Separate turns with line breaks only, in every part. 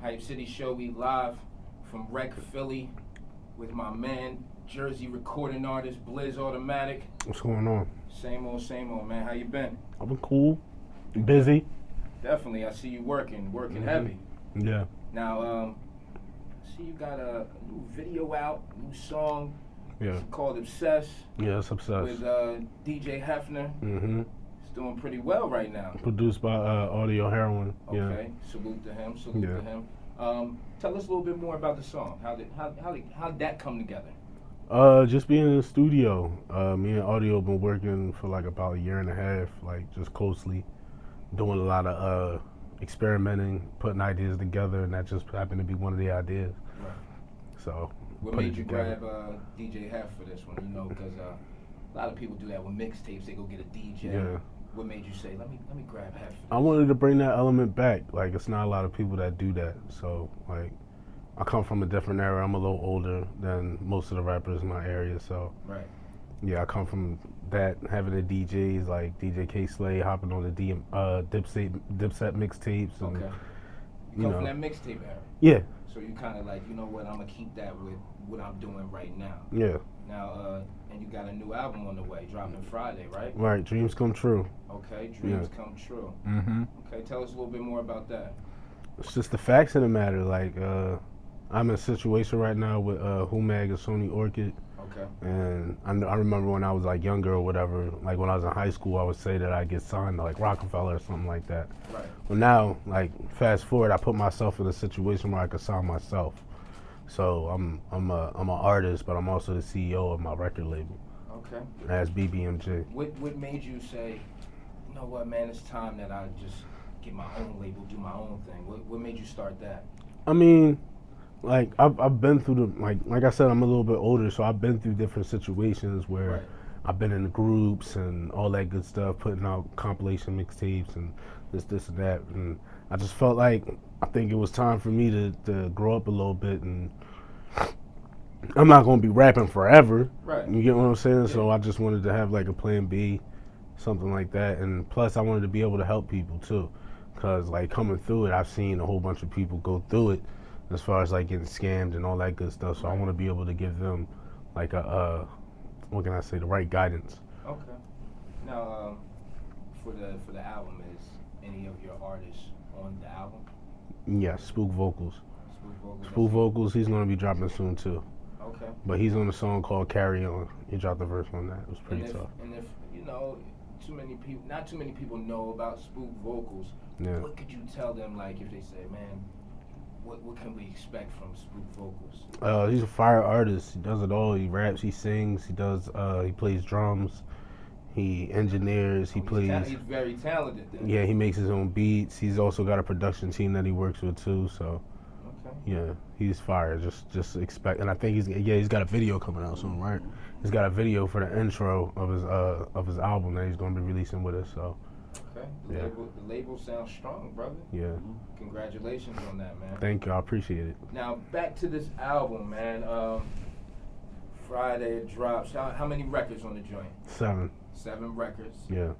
Type City Show. We live from Rec Philly with my man, Jersey recording artist Blizz Automatic.
What's going on?
Same old, same old, man. How you been?
I've been cool, busy.
Definitely, I see you working, working
Mhm.
heavy.
Yeah.
Now, um, I see you got a new video out, new song
Yeah.
called Obsess
Yeah, it's obsessed.
with uh, DJ Hefner.
Mm-hmm.
It's doing pretty well right now.
Produced by uh, Audio Heroin.
Okay, salute to him, salute
Yeah.
to him. Um, tell us a little bit more about the song. How did how how did, how did that come together?
Yeah. Uh, just being in the studio. Uh, me and Audio been working for like about a year and a half, like just closely, doing a lot of uh, experimenting, putting ideas together, and that just happened to be one of the ideas.
Right.
So
What
Put it
made you
together.
grab uh, DJ Hef for this one? You know, because uh, a lot of people do that with mixtapes. They go get a DJ.
yeah.
What made you say, let me let me grab Hef? For
I wanted to bring that element back. Like it's not a lot of people that do that. So like I come from a different era. I'm a little older than most of the rappers in my area. So
Right.
yeah, I come from that having the DJs like DJ K Slay hopping on the DM, uh, Dipset Dipset mixtapes and
Okay. You come
you know.
from that mixtape era.
yeah
So you kind of like, you know what? I'm gonna keep that with what I'm doing right now.
yeah
Now, uh, and you got a new album on the way, dropping Friday, right?
right dreams come true.
Okay, dreams come true.
Mm-hmm.
Okay, tell us a little bit more about that.
It's just the facts of the matter. Like uh, I'm in a situation right now with uh, Humag and Sony Orchid.
Okay.
And I, kn- I remember when I was like younger or whatever, like when I was in high school, I would say that I get signed to like Rockefeller or something like that.
Right.
Well, now, like fast forward, I put myself in a situation where I could sign myself. So I'm I'm a I'm an artist, but I'm also the CEO of my record label.
Okay.
And that's BBMJ.
What What made you say, you know what, man? It's time that I just get my own label, do my own thing. What What made you start that?
I mean, like I've I've been through the like like I said, I'm a little bit older, so I've been through different situations where.
Right.
I've been in the groups and all that good stuff, putting out compilation mixtapes and this, this, and that. And I just felt like I think it was time for me to, to grow up a little bit. And I'm not going to be rapping forever.
Right.
You get what I'm saying? So I just wanted to have like a plan B, something like that. And plus, I wanted to be able to help people too. Because, like, coming through it, I've seen a whole bunch of people go through it as far as like getting scammed and all that good stuff. So I
Right.
want to be able to give them like a, uh, what can I say, the right guidance.
Okay. Now, um, for the for the album, is any of your artists on the album?
Yeah, Spook Vocals.
Spook Vogel,
Spook Vocals, he's gonna be dropping soon too.
Okay.
But he's on a song called Carry On. He dropped the verse on that. It was
And
pretty
if,
tough.
and if you know, too many people, not too many people know about Spook Vocals.
Yeah.
What could you tell them, like, if they say, man, what what can we expect from Spook Vocals?
Uh, he's a fire artist. He does it all. He raps, he sings, he does uh, he plays drums, he engineers, he
Oh, He's ta-
plays
he's very talented. Then.
yeah, he makes his own beats. He's also got a production team that he works with too, so
Okay.
yeah, he's fire. Just just expect and I think he's yeah, he's got a video coming out soon, right? He's got a video for the intro of his uh of his album that he's gonna be releasing with us, so
Okay. The,
Yeah.
label, the label sounds strong, brother.
yeah.
Congratulations on that, man.
Thank you, I appreciate it.
Now back to this album, man. Um, Friday it drops. How, how many records on the joint?
Seven.
Seven records.
Yeah.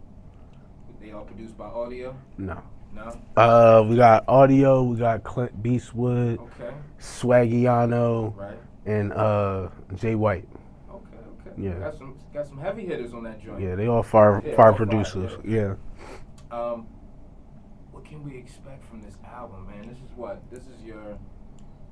They all produced by Audio.
No.
No.
Uh, we got audio. We got Clint Beastwood,
Okay.
Swaggiano,
Right.
and uh Jay White.
Okay. Okay.
Yeah.
Got some got some heavy hitters on that joint.
Yeah, they all fire
Yeah,
fire
all fire,
producers. yeah.
Um, what can we expect from this album, man? This is what. This is your.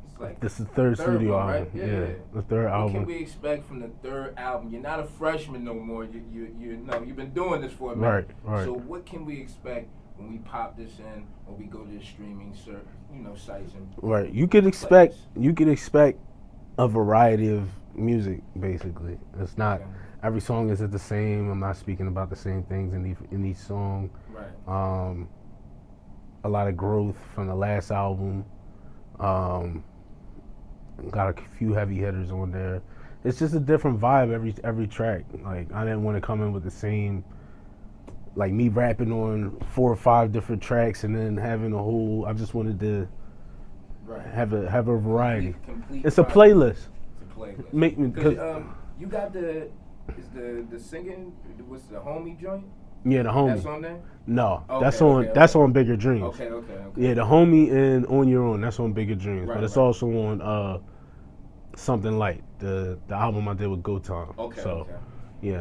It's like.
This is the third,
Third
studio
one,
album.
right? Yeah,
Yeah,
yeah.
the third
What can
album.
we expect from the third album? You're not a freshman no more. You you you know you've been doing this for a minute.
Right, right.
uh, So what can we expect when we pop this in or we go to the streaming ser- you know sites and
right. You could expect you could expect a variety of music. Basically, it's not
Okay.
every song isn't the same. I'm not speaking about the same things in each in each song.
right
um, a lot of growth from the last album. Um, got a few heavy hitters on there. It's just a different vibe every every track. Like I didn't want to come in with the same, like me rapping on four or five different tracks and then having a whole. I just wanted to
right.
have a have a variety.
Complete- complete
It's a
vibe.
playlist.
It's a playlist.
Make me
'Cause,
because
um, you got the is the the singing what's the homie joint?
Yeah, the homie.
That's on there.
no,
Okay,
that's on.
okay,
That's
okay.
on bigger dreams.
Okay, okay, okay.
Yeah, the homie and on your own. That's on bigger dreams,
Right,
but it's
right.
also on uh something light the the album I did with Go Time.
Okay,
So
okay.
yeah,
All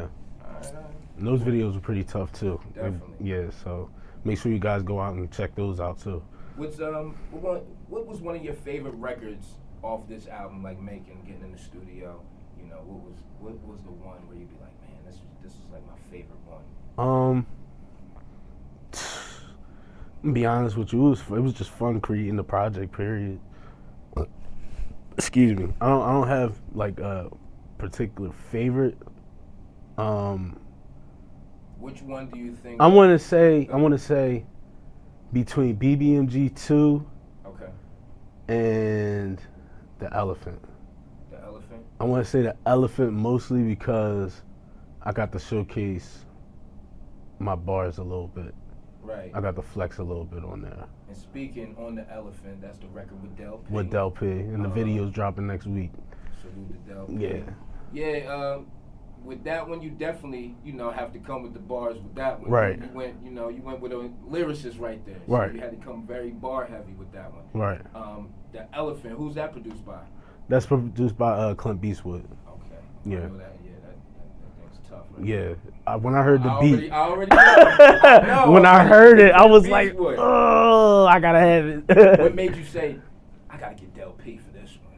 right, all right.
and those videos were pretty tough too. Like,
Definitely.
yeah. So make sure you guys go out and check those out too.
What's um what one- what was one of your favorite records off this album? Like making, getting in the studio. You know, what was what was the one where you'd be like, man, this is this is like my favorite one.
Um. I'm gonna be honest with you, it was, it was just fun creating the project. Period. Excuse me. I don't. I don't have like a particular favorite. Um,
Which one do you think?
I want to say. I want to say between BBMG two
okay,
and the elephant.
the elephant.
I want to say the elephant mostly because I got to showcase my bars a little bit.
Right.
I got to flex a little bit on there
And speaking on the elephant, that's the record with Del P.
with Del P, and the
Uh,
video's dropping next week.
Salute to Del P.
Yeah,
Yeah. Um, with that one, you definitely you know have to come with the bars with that one.
Right.
You went you know you went with a lyricist right there. So
Right.
You had to come very bar heavy with that one.
right.
Um, the elephant. Who's that produced by?
That's produced by uh, Clint Beastwood.
Okay.
Yeah.
I know that. Yeah. That, that, that thing's tough. Right?
Yeah, I, when I heard the
I
beat,
already, I already know.
when I heard it, I was
Clint
like,
Beastwood.
"Oh, I gotta have
What
it."
made you say, I gotta get Del P for this one?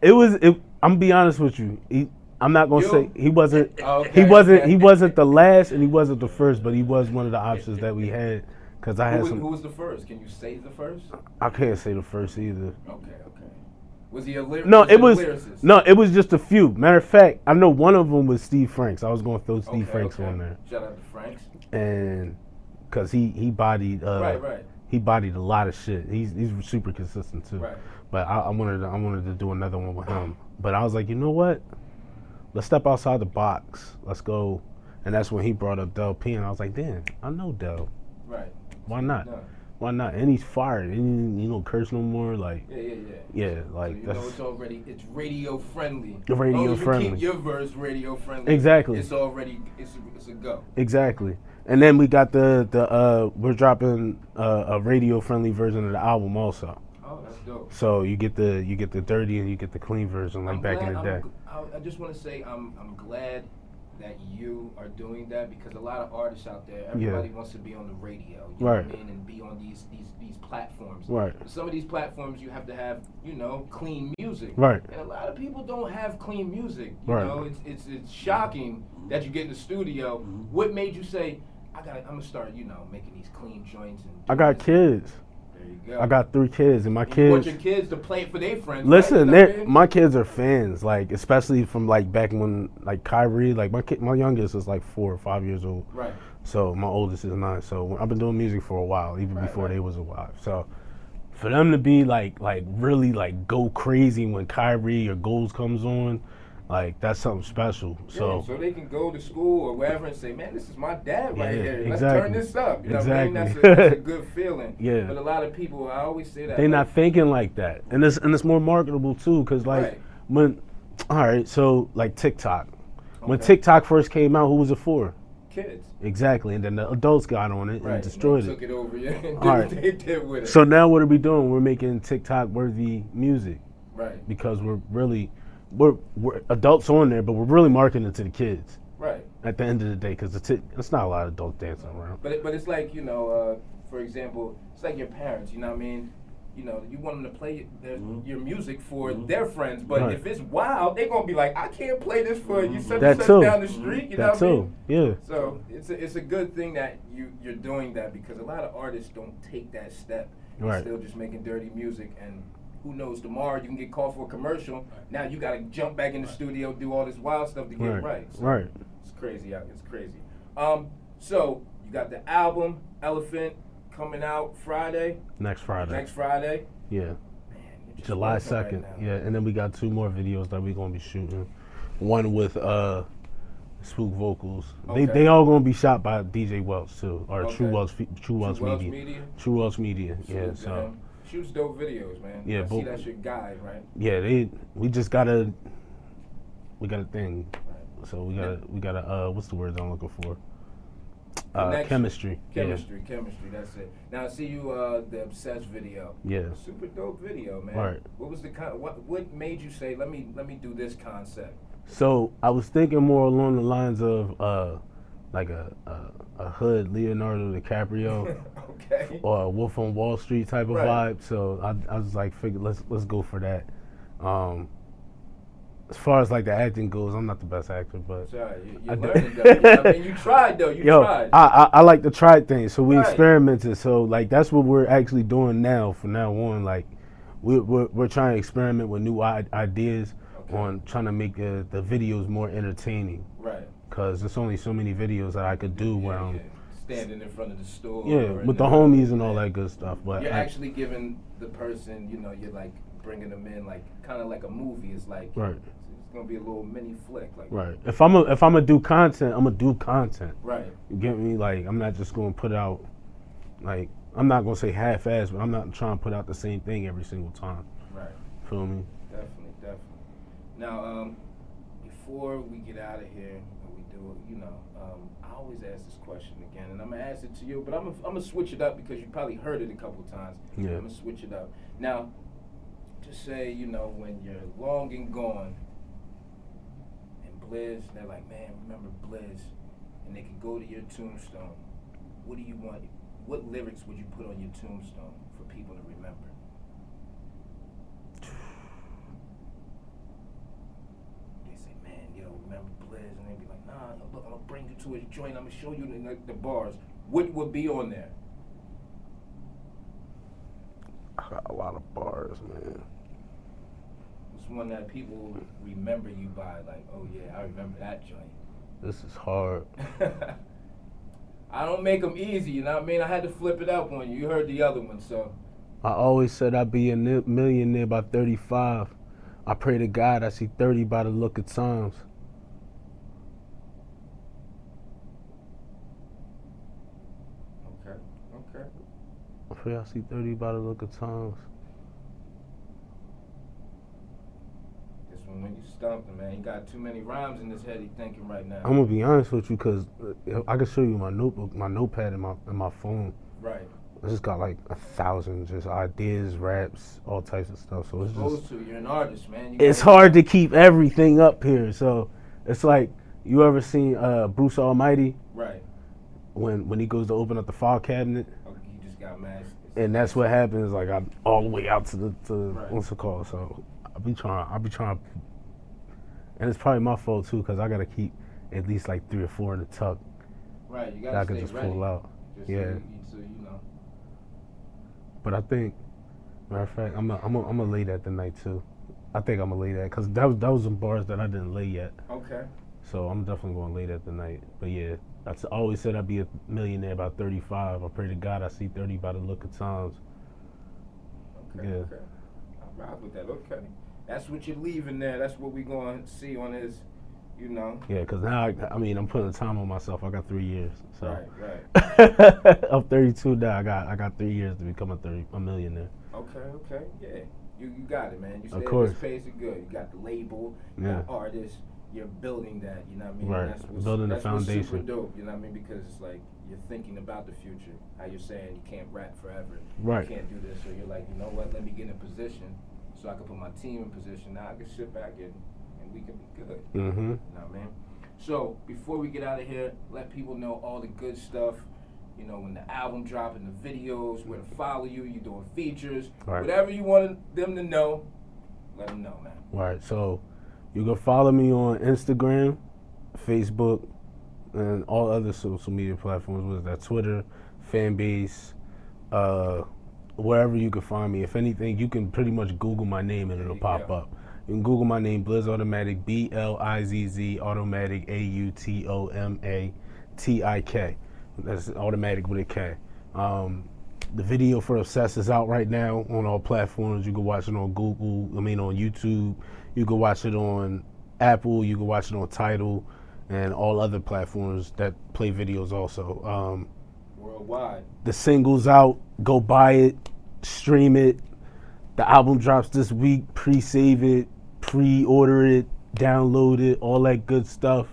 it was. It, I'm gonna be honest with you. He, I'm not gonna
You? Oh,
say he wasn't.
Okay.
He wasn't. He wasn't the last, and he wasn't the first, but he was one of the options that we had. Cause I
Who
had
was,
some.
who was the first? Can you say the first?
I can't say the first either.
Okay, okay. Was he a lyric?
No, it
a
was
lyricist?
no, it was just a few. Matter of fact, I know one of them was Steve Franks. I was gonna throw Steve
Okay,
Franks
okay.
on there,
Shout out to Franks.
and cause he he bodied uh,
right, right,
he bodied a lot of shit. He's he's super consistent too.
right.
But I, I wanted to, I wanted to do another one with him. But I was like, you know what? Let's step outside the box. Let's go. And that's when he brought up Del P, and I was like, damn, I know Del.
Right.
Why not?
No.
Why not? And he's fired. And you know, curse no more. Like,
Yeah, yeah, yeah.
yeah,
so
like
you know
that's
it's already it's radio friendly.
The radio
As long as you
friendly.
Keep your verse radio friendly.
Exactly.
It's already it's a, it's a go.
Exactly. And then we got the the uh we're dropping uh, a radio friendly version of the album also.
Oh, that's dope.
So you get the you get the dirty and you get the clean version like
I'm
back
glad,
in the
I'm
day.
g- I, I just want to say I'm I'm glad that you are doing that because a lot of artists out there, everybody wants to be on the radio, you know
Right.
what I mean, and be on these these these platforms.
Right.
Some of these platforms you have to have, you know, clean music.
Right.
And a lot of people don't have clean music. You
Right.
know, it's, it's it's shocking that you get in the studio. What made you say, I gotta I'm gonna start, you know, making these clean joints and
I
do
got
this."
kids.
There you go.
I got three kids and my
you want
kids
your kids to play it for their friends.
Listen,
right? Is that
they're
it?
my kids are fans, like especially from like back when like Kyrie, like my kid, my youngest is like four or five years old,
right.
so my oldest is nine. So I've been doing music for a while, even
Right,
before
right.
they was alive. So for them to be like like really like go crazy when Kyrie or Goals comes on, like that's something special.
So,
So
so they can go to school or wherever and say, "Man, this is my dad right
Yeah,
here. Let's turn
exactly.
this up." You know what I mean? That's
Exactly.
a, that's a good feeling.
Yeah.
But a lot of people, I always say that
they
like,
not thinking like that, and it's and it's more marketable too, cause like
Right.
when, all right, so like TikTok, when
Okay.
TikTok first came out, who was it for?
kids,
Exactly, and then the adults got on it
right?
and destroyed
they
it.
Took it over. Yeah. and did
All
what They did with it.
So now what are we doing? We're making TikTok worthy music
right.
because we're really we're, we're adults on there, but we're really marketing it to the kids
Right.
at the end of the day because it's it's not a lot of adults dancing around.
But it, but it's like you know, uh, for example, it's like your parents. You know what I mean? You know, you want them to play their, your music for their friends, but
Mm-hmm. Right.
if it's wild, they're gonna be like, "I can't play this for you." Such
That
and such
too.
down the street. You know
That
what I mean?
too, yeah,
So it's a, it's a good thing that you you're doing that because a lot of artists don't take that step. They're
Right.
Still just making dirty music and who knows tomorrow you can get called for a commercial. Now you got to jump back in the studio do all this wild stuff to get
right,
right.
right.
So It's crazy out. It's crazy. Um. So you got the album Elephant coming out Friday
Next Friday,
next Friday.
yeah,
Man, you're just
July
working right
second,
now.
yeah, and then we got two more videos that we're gonna be shooting. One with uh. Spook vocals. They
Okay.
they all gonna be shot by DJ Welch too, or True
Okay.
Welch Fe- True Welch
Welch
Media.
Media.
True Welch Media. Yeah.
Salute to
So.
them. shoots dope videos, man.
Yeah,
I see
but-
that's your guy, right?
yeah, they we just gotta we got a thing. So we gotta we gotta uh what's the word I'm looking for? uh,
Connection.
chemistry.
Chemistry, chemistry. That's it. Now I see you uh the obsessed video.
Yeah. yeah.
Super dope video, man.
Right.
What was the con- what what made you say let me let me do this concept?
So I was thinking more along the lines of uh, like a, a a hood Leonardo DiCaprio
okay.
or a Wolf on Wall Street type of
Right.
vibe. So I, I was like, figure let's let's go for that. Um, as far as like the acting goes, I'm not the best actor, but
Sorry, you,
I
you
do-
learned it though. I mean, you tried though. You
yo,
tried.
I, I I like to try things. So we
Right.
experimented. So like that's what we're actually doing now. From now on, like we're we're, we're trying to experiment with new I- ideas
Okay.
on trying to make the, the videos more entertaining.
right.
Cause there's only so many videos that I could do where
Yeah,
I'm,
yeah. Standing in front of the store.
yeah,
or in
with the homies and all that good stuff. But
You're
I-
actually giving the person, you know, you're like bringing them in, like kind of like a movie. It's like
right,
it's gonna be a little mini flick, like
right. If I'm a, if I'm gonna do content, I'm gonna do content.
right.
You get me? Like I'm not just gonna put out, like I'm not gonna say half-ass, but I'm not trying to put out the same thing every single time.
Right.
Feel me?
Definitely, definitely. Now, um, before we get out of here, and we do, you know, um, I always ask this question again, and I'm gonna ask it to you, but I'm gonna, I'm gonna switch it up because you probably heard it a couple times.
Yeah.
I'm gonna switch it up. Now, just say, you know, when you're long and gone, and Blizz, they're like, man, remember Blizz, and they can go to your tombstone. What do you want? What lyrics would you put on your tombstone for people to remember? They say, man, yo, remember Blizz? And they be like, nah, yo, look, I'm gonna bring you to his joint. I'm gonna show you the, the bars. What would be on there?
I got a lot of bars, man.
It's one that people remember you by, like, oh yeah, I remember that
This is hard.
joint. I don't make them easy, you know what I mean? I had to flip it up on you. You heard the other one, so.
I always said I'd be a ni- millionaire by 35. I pray to God I see 30 by the look of times.
Okay, okay.
I pray I see 30 by the look of times.
This one, when you stumped him, man, he got too many rhymes in his head, he thinking right now.
I'm gonna be honest with you, cause uh, I can show you my notebook, my notepad, and my and my phone.
right.
I just got like a thousand just ideas, raps, all types of stuff. So it's just
Supposed to, you're an artist, man. You
it's
gotta-
hard to keep everything up here. So it's like you ever seen uh, Bruce Almighty
Right.
when when he goes to open up the file cabinet,
Okay, you just got mad. It's-
and that's what happens. Like I'm all the way out to the to
Right.
what's it called. So I be trying, I be trying, and it's probably my fault too, cause I gotta keep at least like three or four in the tuck
Right, you
that
gotta
I can
stay
just
ready.
pull out.
Just
Yeah.
So you, you- so you know.
But I think, matter of fact, I'm i I'm i I'm gonna lay that tonight too. I think I'm gonna lay that because that was that was some bars that I didn't lay yet.
Okay.
So I'm definitely gonna lay that tonight. But yeah, I s- always said I'd be a millionaire by 35. I pray to God I see 30 by the look of times.
Okay.
Yeah.
Okay. I ride with that. Okay. That's what you're leaving there. That's what we gonna see on his. You know.
Yeah, because now I, I mean I'm putting time on myself. I got three years. So
Right. Right.
I'm 32 now. I got I got three years to become a 30 a millionaire.
Okay. Okay. Yeah. You you got it, man. You stay
course.
at this pace, you're good. You got the label. You
Yeah.
got artist. You're building that. You know what I mean.
Right.
That's what's,
Building the
that's what's super
foundation.
dope. You know what I mean? Because it's like you're thinking about the future. How you're saying you can't rap forever.
Right.
You can't do this. So you're like, you know what? Let me get in position so I can put my team in position. Now I can sit back and and we can be good.
Mm-hmm.
You know what I mean? So before we get out of here, let people know all the good stuff. You know, when the album drop and the videos, where to follow you, you doing features,
Right.
whatever you want them to know, let them know, man.
All right, so you can follow me on Instagram, Facebook, and all other social media platforms. Was that Twitter, Fanbase, uh, wherever you can find me. If anything, you can pretty much Google my name and it'll
you
pop
go.
up. You can Google my name, Blizz Automatic, B L I Z Z Automatic, A U T O M A T I K. That's automatic with a K. Um, the video for Obsessed is out right now on all platforms. You can watch it on Google, I mean, on YouTube. You can watch it on Apple. You can watch it on Tidal and all other platforms that play videos also. Um,
Worldwide.
the singles out. Go buy it, stream it. The album drops this week. Pre-save it, pre-order it, download it, all that good stuff.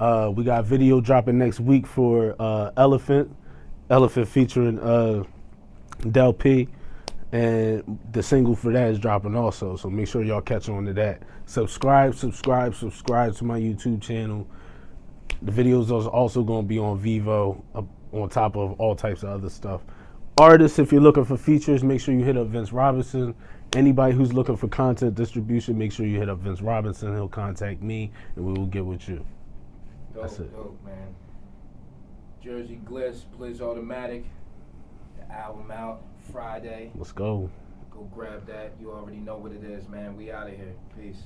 Uh, we got video dropping next week for uh, Elephant, Elephant featuring uh, Del P, and the single for that is dropping also. So make sure y'all catch on to that. Subscribe, subscribe, subscribe to my YouTube channel. The videos are also going to be on Vivo, uh, on top of all types of other stuff. Artists, if you're looking for features, make sure you hit up Vince Robinson. Anybody who's looking for content distribution, make sure you hit up Vince Robinson. He'll contact me, and we will get with you.
Dope,
That's it.
dope, man. Jersey Gliss, Blizz Automatic. The album out Friday.
Let's go.
Go grab that. You already know what it is, man. We out of here. Peace.